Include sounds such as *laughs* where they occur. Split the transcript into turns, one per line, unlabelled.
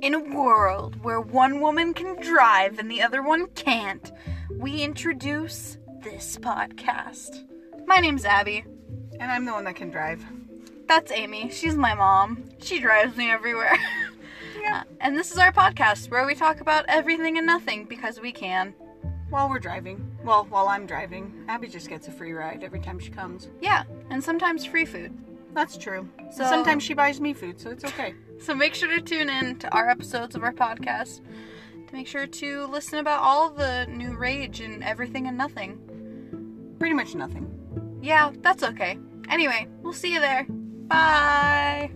In a world where one woman can drive and the other one can't, we introduce this podcast. My name's Abby.
And I'm the one that can drive.
That's Amy. She's my mom. She drives me everywhere. *laughs* Uh,
Yeah.
and this is our podcast where we talk about everything and nothing because we can.
While we're driving. Well, while I'm driving. Abby just gets a free ride every time she comes.
Yeah, and sometimes free food.
That's true.
So-
sometimes she buys me food, so it's okay.
So make sure to tune in to our episodes of our podcast. To make sure to listen about all the new rage and everything and nothing.
Pretty much nothing.
Yeah, that's okay. Anyway, we'll see you there. Bye.